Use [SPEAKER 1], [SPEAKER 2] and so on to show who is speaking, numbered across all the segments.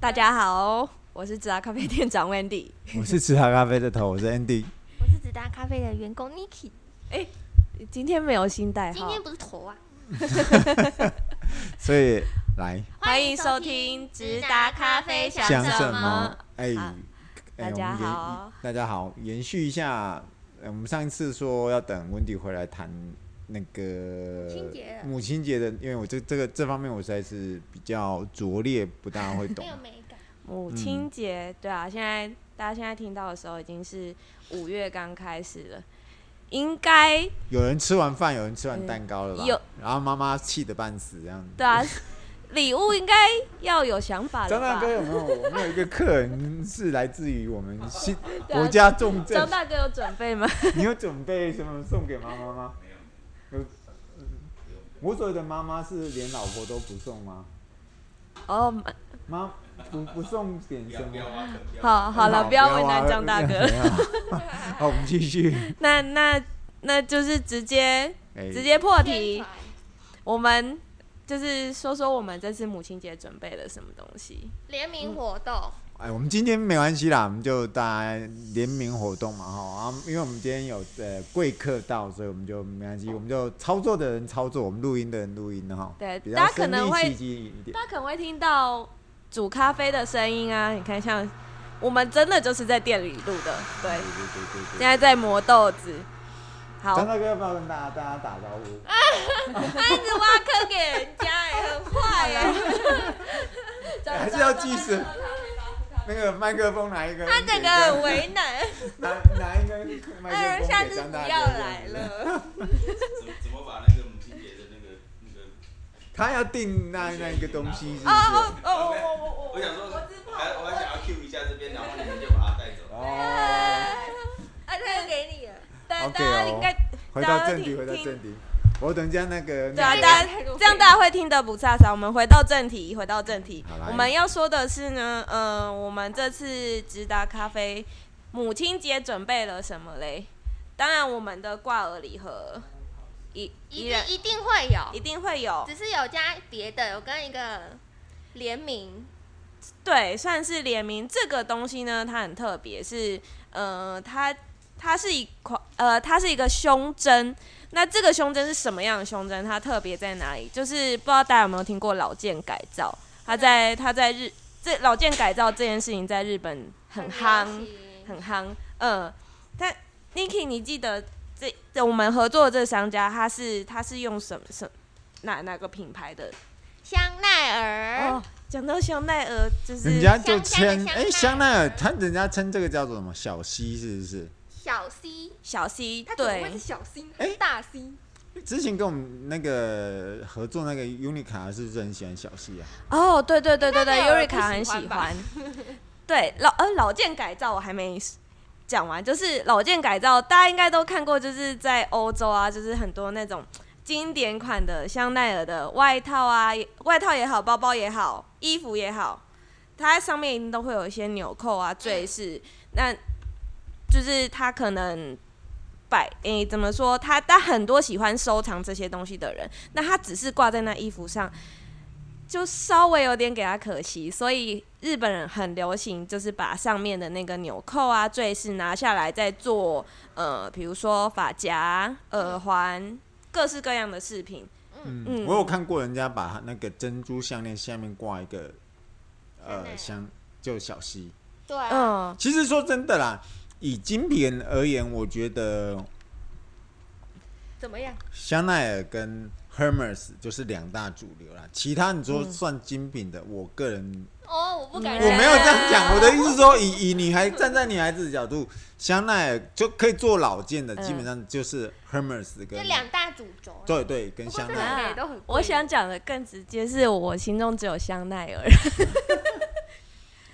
[SPEAKER 1] 大家好，我是直达咖啡店长 Wendy。
[SPEAKER 2] 我是吃茶咖啡的头，我是 Andy。
[SPEAKER 3] 我是直达咖啡的员工 Niki，
[SPEAKER 1] 今天没有新代
[SPEAKER 3] 今
[SPEAKER 1] 号
[SPEAKER 3] 天，不是头啊。
[SPEAKER 2] 所以来
[SPEAKER 1] 欢迎收听直达咖啡想
[SPEAKER 2] 想
[SPEAKER 1] 什
[SPEAKER 2] 什
[SPEAKER 1] 么
[SPEAKER 2] 么？哎、
[SPEAKER 1] 好大
[SPEAKER 2] 哎
[SPEAKER 1] 家，
[SPEAKER 2] 我们
[SPEAKER 1] 好
[SPEAKER 2] 延大家好，延续一下，呃我们上一次说要等温迪回来谈那个
[SPEAKER 3] 母亲节了
[SPEAKER 2] 母亲节的，因为我这这个这方面我实在是比较拙劣，不大会 懂
[SPEAKER 3] 没。有美感。
[SPEAKER 1] 母亲节，对啊，现在大家现在听到的时候已经是五月刚开始了，应该
[SPEAKER 2] 有人吃完饭，有人吃完蛋糕了吧？
[SPEAKER 1] 有，
[SPEAKER 2] 然后妈妈气得半死这样。
[SPEAKER 1] 对啊，礼物应该要有想法了
[SPEAKER 2] 张大
[SPEAKER 1] 吧
[SPEAKER 2] 啊哥？有没有？我们有一个客人是来自于我们新
[SPEAKER 1] 对啊
[SPEAKER 2] 国家重症
[SPEAKER 1] 张大哥有准备吗？
[SPEAKER 2] 你有准备什么送给妈妈吗？没有。呃我所谓的妈妈是连老婆都不送吗？
[SPEAKER 1] 哦，
[SPEAKER 2] 妈不不送点什么？
[SPEAKER 1] 好好了，不要为难张大 哥。
[SPEAKER 2] 啊没有。啊 好，我们继续。
[SPEAKER 1] 那那那就是直接
[SPEAKER 2] 哎
[SPEAKER 1] 直接破
[SPEAKER 3] 宣
[SPEAKER 1] 题
[SPEAKER 3] 传，
[SPEAKER 1] 我们就是说说我们这次母亲节准备了什么东西。
[SPEAKER 3] 联名活动，
[SPEAKER 2] 哎，我们今天没关系啦，我们就大家联名活动嘛哈啊，因为我们今天有呃贵客到，所以我们就没关系，我们就操作的人操作，我们录音的人录音哈。
[SPEAKER 1] 对
[SPEAKER 2] 比
[SPEAKER 1] 大
[SPEAKER 2] 较
[SPEAKER 1] 家可
[SPEAKER 2] 身
[SPEAKER 1] 能
[SPEAKER 2] 临
[SPEAKER 1] 会
[SPEAKER 2] 其境一点。
[SPEAKER 1] 大家可能会听到煮咖啡的声音啊，你看像我们真的就是在店里录的，对，
[SPEAKER 2] 对
[SPEAKER 3] 嗯
[SPEAKER 2] 对对对对。
[SPEAKER 1] 现在在磨豆子。
[SPEAKER 2] 张
[SPEAKER 1] 好，
[SPEAKER 2] 大哥要不要跟大家大家打招呼？
[SPEAKER 3] 他一直挖坑给人家，哎，很坏 哎。
[SPEAKER 2] 还是要计时。那个麦克风拿一根，
[SPEAKER 3] 他整个很为难，
[SPEAKER 2] 拿拿一根麦
[SPEAKER 3] 哎，
[SPEAKER 2] 克风
[SPEAKER 3] 下
[SPEAKER 2] 给
[SPEAKER 3] 次
[SPEAKER 2] 张
[SPEAKER 3] 不
[SPEAKER 2] 大哥
[SPEAKER 3] 要来。了。
[SPEAKER 4] 怎怎么把那个母亲节的那个那个？
[SPEAKER 2] 他要订那那一个东西是不
[SPEAKER 1] 哦哦
[SPEAKER 2] 是？
[SPEAKER 1] 哦哦哦
[SPEAKER 4] 我想说，
[SPEAKER 1] 我知道
[SPEAKER 4] 我还我还想要 Q 一下这边，然后你们就把它带走。
[SPEAKER 2] 哦，
[SPEAKER 3] 啊，他又给你了。
[SPEAKER 1] 大
[SPEAKER 2] OK
[SPEAKER 1] 家
[SPEAKER 2] 哦
[SPEAKER 1] 应该
[SPEAKER 2] 回
[SPEAKER 1] 大
[SPEAKER 2] 到
[SPEAKER 1] 家
[SPEAKER 2] 正题，
[SPEAKER 1] 听
[SPEAKER 2] 回到
[SPEAKER 1] 听
[SPEAKER 2] 正题。我等一下那个，
[SPEAKER 1] 对啊，
[SPEAKER 2] 那个
[SPEAKER 1] 大家这样大家会听得不差啥。我们回到正题，回到正题
[SPEAKER 2] 好来，
[SPEAKER 1] 我们要说的是呢，呃，我们这次直达咖啡母亲节准备了什么嘞？当然，我们的挂耳礼盒一
[SPEAKER 3] 一
[SPEAKER 1] 依然
[SPEAKER 3] 定一定会有
[SPEAKER 1] 一，定会有，
[SPEAKER 3] 只是有加别的，有跟一个联名，
[SPEAKER 1] 对，算是联名这个东西呢，它很特别，是呃，它它是一款呃，它是一个胸针。那这个胸针是什么样的胸针？它特别在哪里？就是不知道大家有没有听过老件改造？它在它在日这老件改造这件事情在日本很夯，
[SPEAKER 3] 流行
[SPEAKER 1] 很夯。嗯，但 Niki，你记得这这我们合作的这个商家，他是他是用什么什么哪哪个品牌的？
[SPEAKER 3] 香奈儿
[SPEAKER 1] 哦，讲到香奈儿，就是
[SPEAKER 2] 人家就
[SPEAKER 3] 香
[SPEAKER 2] 称
[SPEAKER 3] 香
[SPEAKER 2] 哎
[SPEAKER 3] 的
[SPEAKER 2] 香
[SPEAKER 3] 香
[SPEAKER 2] 奈
[SPEAKER 3] 奈
[SPEAKER 2] 儿
[SPEAKER 3] 儿，
[SPEAKER 2] 他人家称这个叫做什么小溪是不是？
[SPEAKER 3] 小 C，
[SPEAKER 1] 小 C，
[SPEAKER 3] 他怎么会
[SPEAKER 1] 对
[SPEAKER 3] 是，小 C？
[SPEAKER 2] 哎
[SPEAKER 3] 是大 C。
[SPEAKER 2] 之前跟我们那个合作那个 Unica 是不是很喜欢小溪啊？
[SPEAKER 1] 哦，对对对对对
[SPEAKER 3] 应该没有人不
[SPEAKER 1] ，Eureka 很
[SPEAKER 3] 喜欢
[SPEAKER 1] 喜
[SPEAKER 3] 吧
[SPEAKER 1] 欢。对，老呃老件改造我还没讲完，就是老件改造，大家应该都看过，就是在欧洲啊，就是很多那种经典款的香奈儿的外套啊，外套也好，包包也好，衣服也好，它上面一定都会有一些纽扣啊、
[SPEAKER 3] 嗯
[SPEAKER 1] 坠饰，那就是它可能。摆诶、怎么说？他他很多喜欢收藏这些东西的人，那他只是挂在那衣服上，就稍微有点给他可惜，所以日本人很流行，就是把上面的那个纽扣啊、坠饰拿下来，再做呃，比如说发夹、耳环，各式各样的饰品。
[SPEAKER 2] 嗯，
[SPEAKER 1] 嗯
[SPEAKER 2] 我有看过人家把那个珍珠项链下面挂一个，呃，
[SPEAKER 3] 香
[SPEAKER 2] 香就小溪。
[SPEAKER 3] 对啊，
[SPEAKER 1] 嗯，
[SPEAKER 2] 其实说真的啦，以精品而言，我觉得
[SPEAKER 3] 怎么样？
[SPEAKER 2] 香奈儿跟 Hermes 就是两大主流啦。其他你说算精品的，我个人
[SPEAKER 3] 哦，我不敢
[SPEAKER 1] 嗯
[SPEAKER 2] 我
[SPEAKER 3] 认识。
[SPEAKER 2] 没有这样讲，我的意思是说，以以女孩站在女孩子的角度，香奈儿就可以做老件的，
[SPEAKER 1] 嗯
[SPEAKER 2] 基本上就是 Hermes
[SPEAKER 3] 就
[SPEAKER 2] 跟
[SPEAKER 3] 两大主轴。
[SPEAKER 2] 对对跟
[SPEAKER 3] 不过
[SPEAKER 2] 香
[SPEAKER 3] 这
[SPEAKER 2] 奈儿。
[SPEAKER 3] 两个也都很贵。
[SPEAKER 1] 我想讲的更直接，是我心中只有香奈儿。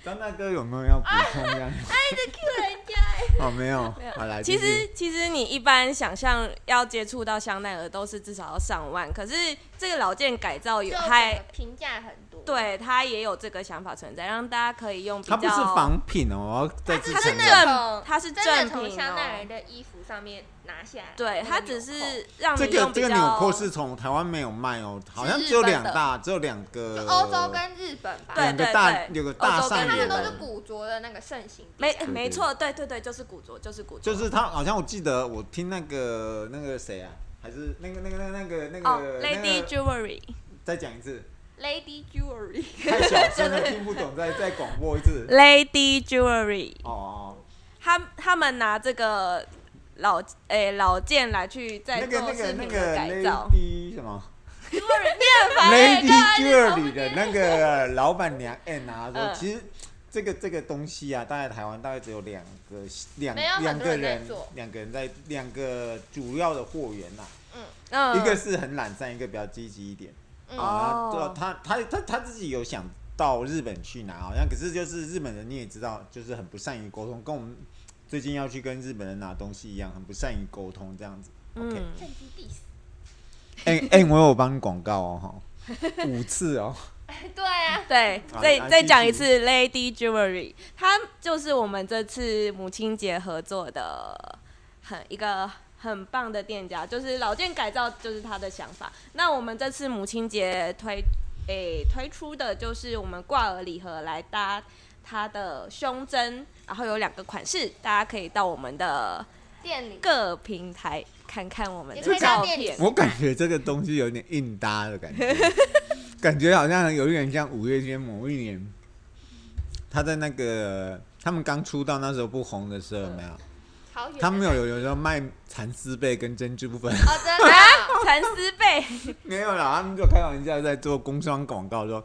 [SPEAKER 2] 张大哥有没有要补充一 下？
[SPEAKER 3] Q 人家，
[SPEAKER 2] 哦，没有，好来，
[SPEAKER 1] 其
[SPEAKER 2] 继续
[SPEAKER 1] 实其实你一般想象要接触到香奈儿都是至少要上万，可是这个老件改造有
[SPEAKER 3] 就
[SPEAKER 1] 还
[SPEAKER 3] 评价很多。
[SPEAKER 1] 对他也有这个想法存在，让大家可以用比
[SPEAKER 2] 它
[SPEAKER 1] 较。
[SPEAKER 2] 不是仿品哦，我要再次
[SPEAKER 3] 啊
[SPEAKER 1] 它是
[SPEAKER 2] 强调，
[SPEAKER 1] 正，它是
[SPEAKER 3] 真的
[SPEAKER 1] 正
[SPEAKER 3] 从
[SPEAKER 1] 品
[SPEAKER 3] 香奈儿
[SPEAKER 1] 哦。
[SPEAKER 3] 的衣服上面拿下来，
[SPEAKER 1] 对，它只是让
[SPEAKER 2] 这
[SPEAKER 1] 你
[SPEAKER 2] 个
[SPEAKER 1] 用比
[SPEAKER 2] 这
[SPEAKER 1] 较。
[SPEAKER 2] 个纽扣是从台湾没有卖哦，好像
[SPEAKER 3] 是日
[SPEAKER 2] 只有
[SPEAKER 3] 本
[SPEAKER 2] 两
[SPEAKER 3] 的
[SPEAKER 2] 大，只有两
[SPEAKER 3] 就
[SPEAKER 2] 个
[SPEAKER 3] 欧洲跟日本吧，
[SPEAKER 1] 对
[SPEAKER 2] 两个
[SPEAKER 1] 对
[SPEAKER 2] 大
[SPEAKER 1] 对
[SPEAKER 2] 有个
[SPEAKER 1] 欧
[SPEAKER 2] 大
[SPEAKER 1] 洲跟
[SPEAKER 2] 上
[SPEAKER 1] 日
[SPEAKER 3] 他
[SPEAKER 2] 游
[SPEAKER 3] 们
[SPEAKER 1] 本
[SPEAKER 3] 都
[SPEAKER 2] 的
[SPEAKER 3] 是。古着的那个盛行地
[SPEAKER 1] 没
[SPEAKER 3] 带，
[SPEAKER 1] 没错，对对对，就是古着，就是古着，
[SPEAKER 2] 就是他好像我记得我听那个那个谁啊，还是那个那个那个那个那
[SPEAKER 1] 哦
[SPEAKER 2] 个那
[SPEAKER 1] ，Lady
[SPEAKER 2] 个
[SPEAKER 1] Jewelry，
[SPEAKER 2] 再讲一 次，
[SPEAKER 3] Lady Jewelry，
[SPEAKER 2] 太小声了听不懂，再再广播一 次。
[SPEAKER 1] Lady Jewelry，
[SPEAKER 2] 哦哦，
[SPEAKER 1] 他他们拿这个老诶、老件来去
[SPEAKER 2] 那
[SPEAKER 1] 再
[SPEAKER 2] 个
[SPEAKER 1] 做
[SPEAKER 2] 那
[SPEAKER 1] 饰
[SPEAKER 2] 个那
[SPEAKER 1] 品
[SPEAKER 2] 个
[SPEAKER 1] 的改造，
[SPEAKER 2] Lady 什么 Lady
[SPEAKER 3] 烦欸干嘛一直
[SPEAKER 2] Jewelry
[SPEAKER 3] 重
[SPEAKER 2] 的
[SPEAKER 3] 复
[SPEAKER 2] 那个老板娘 N 啊，说
[SPEAKER 1] 嗯
[SPEAKER 2] 其实这个这个东西啊，大概台湾大概只有两个两
[SPEAKER 3] 没有
[SPEAKER 2] 两
[SPEAKER 3] 很多
[SPEAKER 2] 个
[SPEAKER 3] 人在
[SPEAKER 2] 人
[SPEAKER 3] 做
[SPEAKER 2] 两个人在两个主要的货源呐，
[SPEAKER 1] 嗯，
[SPEAKER 2] 一个是很懒散，一个比较积极一点。
[SPEAKER 3] 嗯
[SPEAKER 2] 啊，对啊
[SPEAKER 1] 哦
[SPEAKER 2] 他他他他自己有想到日本去拿，好像可是就是日本人你也知道，就是很不善于沟通，跟我们最近要去跟日本人拿东西一样，很不善于沟通这样子。OK，
[SPEAKER 1] 嗯，
[SPEAKER 3] 趁机 diss，
[SPEAKER 2] 哎哎、我有帮你广告哦，哈，五次哦，
[SPEAKER 3] 对啊，
[SPEAKER 1] 对，
[SPEAKER 2] 好
[SPEAKER 1] 再
[SPEAKER 2] 来
[SPEAKER 1] 再
[SPEAKER 2] 继
[SPEAKER 1] 讲一
[SPEAKER 2] 续
[SPEAKER 1] 次 Lady Jewelry，它就是我们这次母亲节合作的很一个很棒的店家，就是老件改造就是他的想法。那我们这次母亲节推诶、推出的就是我们挂耳礼盒来搭它的胸针，然后有两个款式，大家可以到我们的
[SPEAKER 3] 店里
[SPEAKER 1] 各平台看看我们
[SPEAKER 3] 也
[SPEAKER 1] 的
[SPEAKER 3] 可以
[SPEAKER 1] 照
[SPEAKER 3] 到店里
[SPEAKER 1] 片。
[SPEAKER 2] 我感觉这个东西有点硬搭的感觉，感觉好像有点像五月天某一年，他在那个他们刚出道那时候不红的时候，有没有？
[SPEAKER 3] 好远的，啊
[SPEAKER 2] 他们有有有时候卖蚕丝被跟珍珠粉。
[SPEAKER 3] 哦，真的哦，
[SPEAKER 1] 蚕丝被，
[SPEAKER 2] 没有啦，他们就开玩笑在做工商广告说，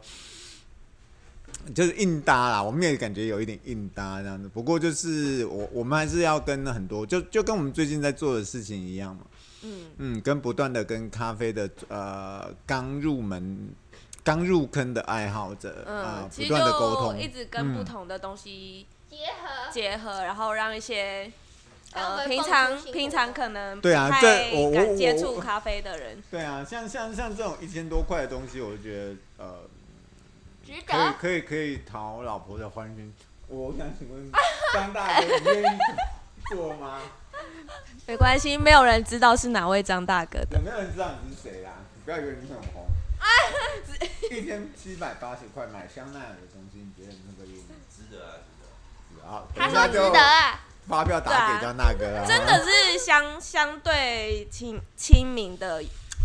[SPEAKER 2] 就是硬搭啦。我们也感觉有一点硬搭这样子，不过就是我我们还是要跟很多，就就跟我们最近在做的事情一样嘛。
[SPEAKER 1] 嗯
[SPEAKER 2] 嗯，跟不断的跟咖啡的呃刚入门、刚入坑的爱好者啊、
[SPEAKER 1] 嗯，其
[SPEAKER 2] 不
[SPEAKER 1] 实
[SPEAKER 2] 断的沟
[SPEAKER 1] 就
[SPEAKER 2] 通
[SPEAKER 1] 一。直跟不
[SPEAKER 2] 嗯
[SPEAKER 1] 同的东西。
[SPEAKER 3] 结合
[SPEAKER 1] 结合，然后让一些
[SPEAKER 3] 让我
[SPEAKER 1] 呃
[SPEAKER 3] 们
[SPEAKER 1] 平
[SPEAKER 3] 放
[SPEAKER 1] 常
[SPEAKER 3] 松心
[SPEAKER 1] 平
[SPEAKER 3] 活
[SPEAKER 1] 常可能
[SPEAKER 2] 对啊
[SPEAKER 1] 不太
[SPEAKER 2] 这我我
[SPEAKER 1] 敢
[SPEAKER 2] 我
[SPEAKER 1] 接
[SPEAKER 2] 我
[SPEAKER 1] 触咖啡的人，
[SPEAKER 2] 对啊，像像像这种一千多块的东西，我就觉得呃，
[SPEAKER 3] 值
[SPEAKER 2] 可以
[SPEAKER 1] 啊
[SPEAKER 3] 得，
[SPEAKER 2] 可以可以讨老婆的欢心。我想请问张大哥，你愿意做吗？
[SPEAKER 1] 没关系，没有人知道是哪位张大哥的。
[SPEAKER 2] 有没有人知道你是谁啦？啊你不要以为你很红。
[SPEAKER 1] 啊
[SPEAKER 2] 一千七百八十块买香奈儿的东西，你觉得那个愿意
[SPEAKER 4] 值得啊，值得啊。
[SPEAKER 2] 好，
[SPEAKER 3] 他
[SPEAKER 2] 等
[SPEAKER 3] 说
[SPEAKER 2] 一
[SPEAKER 3] 值
[SPEAKER 2] 下就
[SPEAKER 3] 得啊，
[SPEAKER 2] 发票打
[SPEAKER 1] 对
[SPEAKER 2] 给
[SPEAKER 1] 啊
[SPEAKER 2] 张大哥了。
[SPEAKER 1] 真的是相相对亲亲民的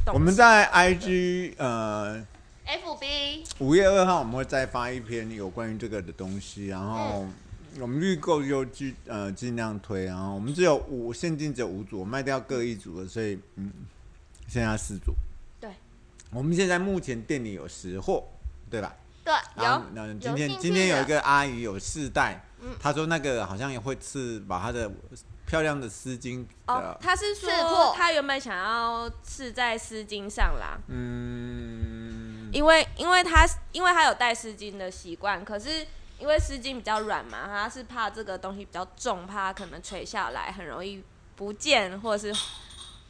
[SPEAKER 1] 东西。
[SPEAKER 2] 我们在 IG 呃
[SPEAKER 3] FB
[SPEAKER 2] 五月二号我们会再发一篇有关于这个的东西，然后
[SPEAKER 3] 嗯
[SPEAKER 2] 我们预购就尽呃尽量推，然后我们只有五现金只有五组，我卖掉各一组了，所以嗯，剩下四组。
[SPEAKER 1] 对，
[SPEAKER 2] 我们现在目前店里有实货，对吧？
[SPEAKER 3] 对，
[SPEAKER 2] 然后
[SPEAKER 3] 有
[SPEAKER 2] 那今
[SPEAKER 3] 有
[SPEAKER 2] 天
[SPEAKER 3] 兴趣
[SPEAKER 2] 今天有
[SPEAKER 3] 的
[SPEAKER 2] 一个阿姨有试戴
[SPEAKER 3] 嗯，
[SPEAKER 2] 她说那个好像也会刺，把她的漂亮的丝巾
[SPEAKER 1] 哦
[SPEAKER 2] 的，
[SPEAKER 1] 他是
[SPEAKER 3] 刺破
[SPEAKER 1] 说他原本想要刺在丝巾上啦，
[SPEAKER 2] 嗯，
[SPEAKER 1] 因为因为他因为他有戴丝巾的习惯，可是因为丝巾比较软嘛，他是怕这个东西比较重，怕它可能垂下来很容易不见或者是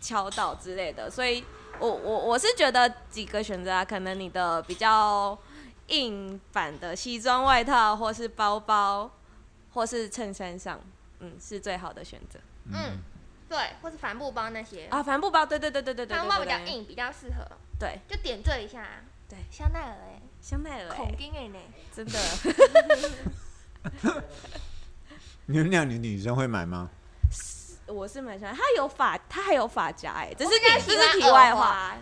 [SPEAKER 1] 敲到之类的，所以我我我是觉得几个选择啊，可能你的比较硬版的西装外套，或是包包，或是衬衫上，嗯，是最好的选择
[SPEAKER 3] 嗯，对，或是帆布包那些，
[SPEAKER 1] 啊。帆布包，对对对对对对，
[SPEAKER 3] 帆布包
[SPEAKER 1] 对
[SPEAKER 3] 比较，
[SPEAKER 1] 对
[SPEAKER 3] 硬，比较适合，
[SPEAKER 1] 对，
[SPEAKER 3] 就点缀一下啊，
[SPEAKER 1] 对
[SPEAKER 3] 香奈儿哎，
[SPEAKER 1] 香奈儿欸、
[SPEAKER 3] 孔丁哎呢，
[SPEAKER 1] 真的。
[SPEAKER 2] 你们两女女生会买吗？
[SPEAKER 1] 我是蛮喜欢，它有发，它还有发夹哎，这是
[SPEAKER 3] 我比较
[SPEAKER 1] 题，
[SPEAKER 3] 喜
[SPEAKER 1] 这是
[SPEAKER 3] 欢
[SPEAKER 1] 题外
[SPEAKER 3] 耳
[SPEAKER 1] 话。
[SPEAKER 3] 环，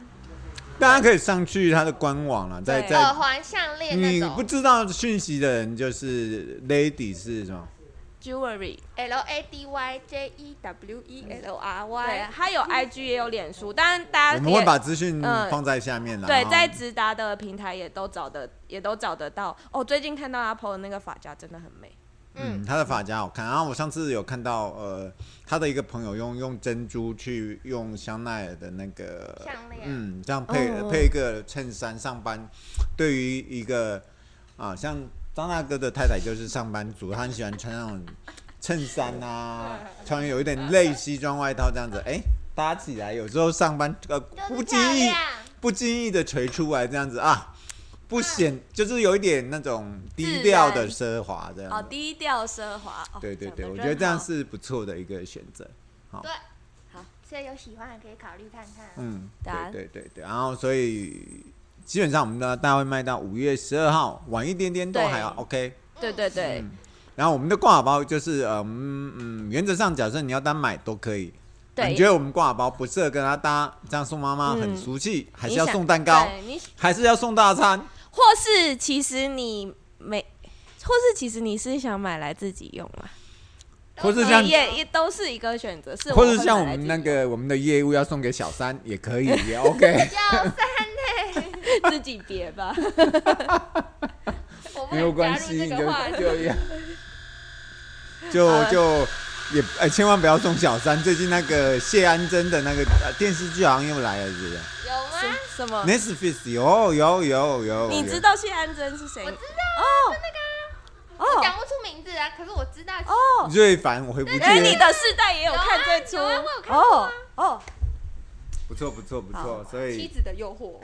[SPEAKER 2] 大家可以上去她的官网了，在
[SPEAKER 1] 对哦
[SPEAKER 2] 在
[SPEAKER 3] 耳环、项链那
[SPEAKER 2] 你
[SPEAKER 3] 种
[SPEAKER 2] 不知道讯息的人就是 lady 是什么？
[SPEAKER 1] Jewelry，
[SPEAKER 3] L A D Y J E W E L R
[SPEAKER 1] 对
[SPEAKER 3] Y，，
[SPEAKER 1] 它 有 IG 也有脸书，当然大
[SPEAKER 2] 我
[SPEAKER 1] 家
[SPEAKER 2] 们会
[SPEAKER 1] 也
[SPEAKER 2] 把资讯
[SPEAKER 1] 嗯
[SPEAKER 2] 放在下面啦。
[SPEAKER 1] 对
[SPEAKER 2] 哦
[SPEAKER 1] 在直达的平台也都找的，也都找得到。哦，最近看到 Apple 的那个发夹真的很美，
[SPEAKER 2] 嗯，他的发夹好看。然后我上次有看到呃，他的一个朋友用用珍珠去用香奈儿的那个
[SPEAKER 3] 项链
[SPEAKER 2] 嗯，这样配、
[SPEAKER 1] 哦
[SPEAKER 2] 配一个衬衫上班。对于一个啊，像张大哥的太太就是上班族，她很喜欢穿那种衬衫 啊，穿有一点类西装外套这样子，哎、搭起来有时候上班呃
[SPEAKER 3] 就是
[SPEAKER 2] 不经
[SPEAKER 3] 漂
[SPEAKER 2] 意
[SPEAKER 3] 亮
[SPEAKER 2] 不经意的垂出来这样子啊，
[SPEAKER 3] 嗯
[SPEAKER 2] 不显，就是有一点那种低调的奢华这
[SPEAKER 1] 哦，
[SPEAKER 2] 样子。
[SPEAKER 1] 低调奢华。哦、
[SPEAKER 2] 对对对，
[SPEAKER 1] 讲
[SPEAKER 2] 我
[SPEAKER 1] 得
[SPEAKER 2] 觉得
[SPEAKER 1] 真
[SPEAKER 2] 这样
[SPEAKER 1] 好
[SPEAKER 2] 是不错的一个选择。
[SPEAKER 3] 所以有喜欢的可以考虑看看。
[SPEAKER 2] 嗯，
[SPEAKER 1] 对啊
[SPEAKER 2] 对对对对，然后所以基本上我们的大会卖到五月十二号，晚一点点都
[SPEAKER 1] 对
[SPEAKER 2] 还好 OK。
[SPEAKER 1] 对对对，
[SPEAKER 2] 嗯然后我们的挂耳包就是，呃嗯嗯，原则上假设你要单买都可以。
[SPEAKER 1] 对
[SPEAKER 2] 你觉得我们挂耳包不适合跟他搭，这样送妈妈很
[SPEAKER 1] 嗯
[SPEAKER 2] 俗气，还是
[SPEAKER 1] 你
[SPEAKER 2] 要
[SPEAKER 1] 想
[SPEAKER 2] 送蛋糕，
[SPEAKER 1] 对你
[SPEAKER 2] 还是要送大餐？
[SPEAKER 1] 或是其实你没，或是其实你是想买来自己用嘛？
[SPEAKER 2] 或是
[SPEAKER 1] 也
[SPEAKER 2] 像
[SPEAKER 1] 也也都是一个选择，是
[SPEAKER 2] 或
[SPEAKER 1] 者
[SPEAKER 2] 者像我们那个我们的业务要送给小三也可以， 也 OK。
[SPEAKER 3] 要三，
[SPEAKER 1] 自己别 吧。
[SPEAKER 3] 我不
[SPEAKER 2] 没有
[SPEAKER 3] 能加
[SPEAKER 2] 关
[SPEAKER 3] 入
[SPEAKER 2] 系，你
[SPEAKER 3] 这
[SPEAKER 2] 就
[SPEAKER 3] 个话题。
[SPEAKER 2] 就 也
[SPEAKER 1] 啊
[SPEAKER 2] 就就也哎、千万不要送小三。最近那个谢安贞的那个、呃电视剧好像又来了，是不是
[SPEAKER 3] 有吗？
[SPEAKER 1] 什么？
[SPEAKER 2] ？Netflix 有有有有，
[SPEAKER 1] 哦你知道谢安贞是谁
[SPEAKER 3] 我
[SPEAKER 1] 吗？
[SPEAKER 3] 知道，就那个啊，我
[SPEAKER 1] 哦
[SPEAKER 3] 讲不出名字啊，可是我知道。
[SPEAKER 1] 哦，
[SPEAKER 2] 有瑞凡，我回不去
[SPEAKER 1] 哎，你
[SPEAKER 2] 了。
[SPEAKER 1] 的世代也有看这出
[SPEAKER 3] 有啊有啊我有看过
[SPEAKER 1] 哦
[SPEAKER 3] 啊
[SPEAKER 1] 哦，
[SPEAKER 2] 不错不错不错
[SPEAKER 1] 好，
[SPEAKER 2] 所以
[SPEAKER 3] 子的诱惑，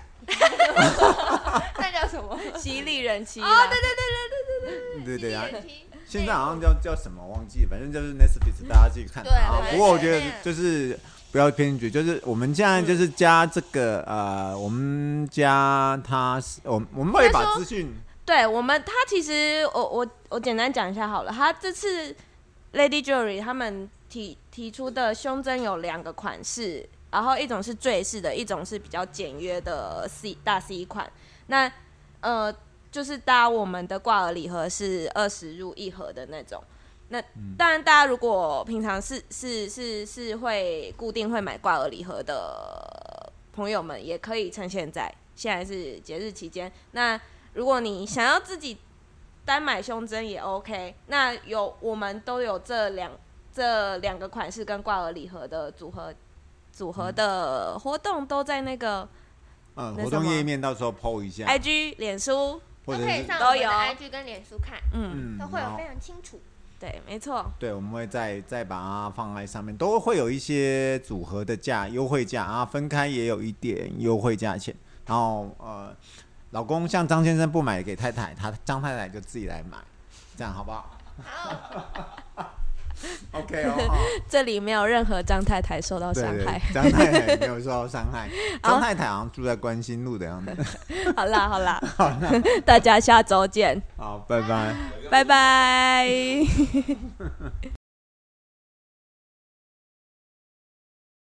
[SPEAKER 3] 那叫什么？
[SPEAKER 1] 犀利人妻
[SPEAKER 3] 哦
[SPEAKER 1] 啦，
[SPEAKER 3] 对对对对对对
[SPEAKER 2] 对对啊。
[SPEAKER 3] 对，对
[SPEAKER 2] 现在好像叫叫什么忘记，反正就是 Netflix 大家自己看。
[SPEAKER 3] 对
[SPEAKER 2] 啊
[SPEAKER 3] 对
[SPEAKER 2] 不过我觉得
[SPEAKER 3] 对对
[SPEAKER 2] 就是不要偏激，就是我们现在就是加这个呃，我们加它是，我们我们会
[SPEAKER 1] 嗯应该
[SPEAKER 2] 把
[SPEAKER 1] 说
[SPEAKER 2] 资讯
[SPEAKER 1] 对我们，他其实我我我简单讲一下好了，他这次 Lady Jewelry 他们提提出的胸针有两个款式，然后一种是坠式的，一种是比较简约的 C 大 C 款。那呃，就是搭我们的挂耳礼盒是二十入一盒的那种。那当然，大家如果平常是是是是会固定会买挂耳礼盒的朋友们，也可以趁现在，现在是节日期间，那如果你想要自己单买胸针也 OK，那有我们都有这两这两个款式跟挂耳礼盒的组合组合的活动都在那个
[SPEAKER 2] 嗯
[SPEAKER 1] 那什么哎
[SPEAKER 2] 活动页面，到时候 PO 一下，
[SPEAKER 1] IG、脸书，
[SPEAKER 2] 或者
[SPEAKER 3] 都可以
[SPEAKER 2] 是
[SPEAKER 3] 上我们
[SPEAKER 1] 都
[SPEAKER 3] 的
[SPEAKER 1] 有
[SPEAKER 3] IG 跟脸书看，
[SPEAKER 1] 嗯，
[SPEAKER 2] 嗯
[SPEAKER 3] 都，会
[SPEAKER 2] 然
[SPEAKER 3] 有
[SPEAKER 2] 后
[SPEAKER 3] 非常清楚。
[SPEAKER 1] 对，没错，
[SPEAKER 2] 对，我们会再再把它放在上面，都会有一些组合的价优惠价啊，分开也有一点优惠价钱。然后呃，老公像张先生不买给太太，他张太太就自己来买，这样好不好
[SPEAKER 3] 好，
[SPEAKER 2] ？OK 哦，哦
[SPEAKER 1] 这里没有任何张太太受到
[SPEAKER 2] 对
[SPEAKER 1] 伤
[SPEAKER 2] 对
[SPEAKER 1] 害。
[SPEAKER 2] 对，张太太没有受到伤害，张太太好像住在关心路的样子。
[SPEAKER 1] 好啦 好啦，大家下周见，
[SPEAKER 2] 好，拜拜。
[SPEAKER 1] 拜拜。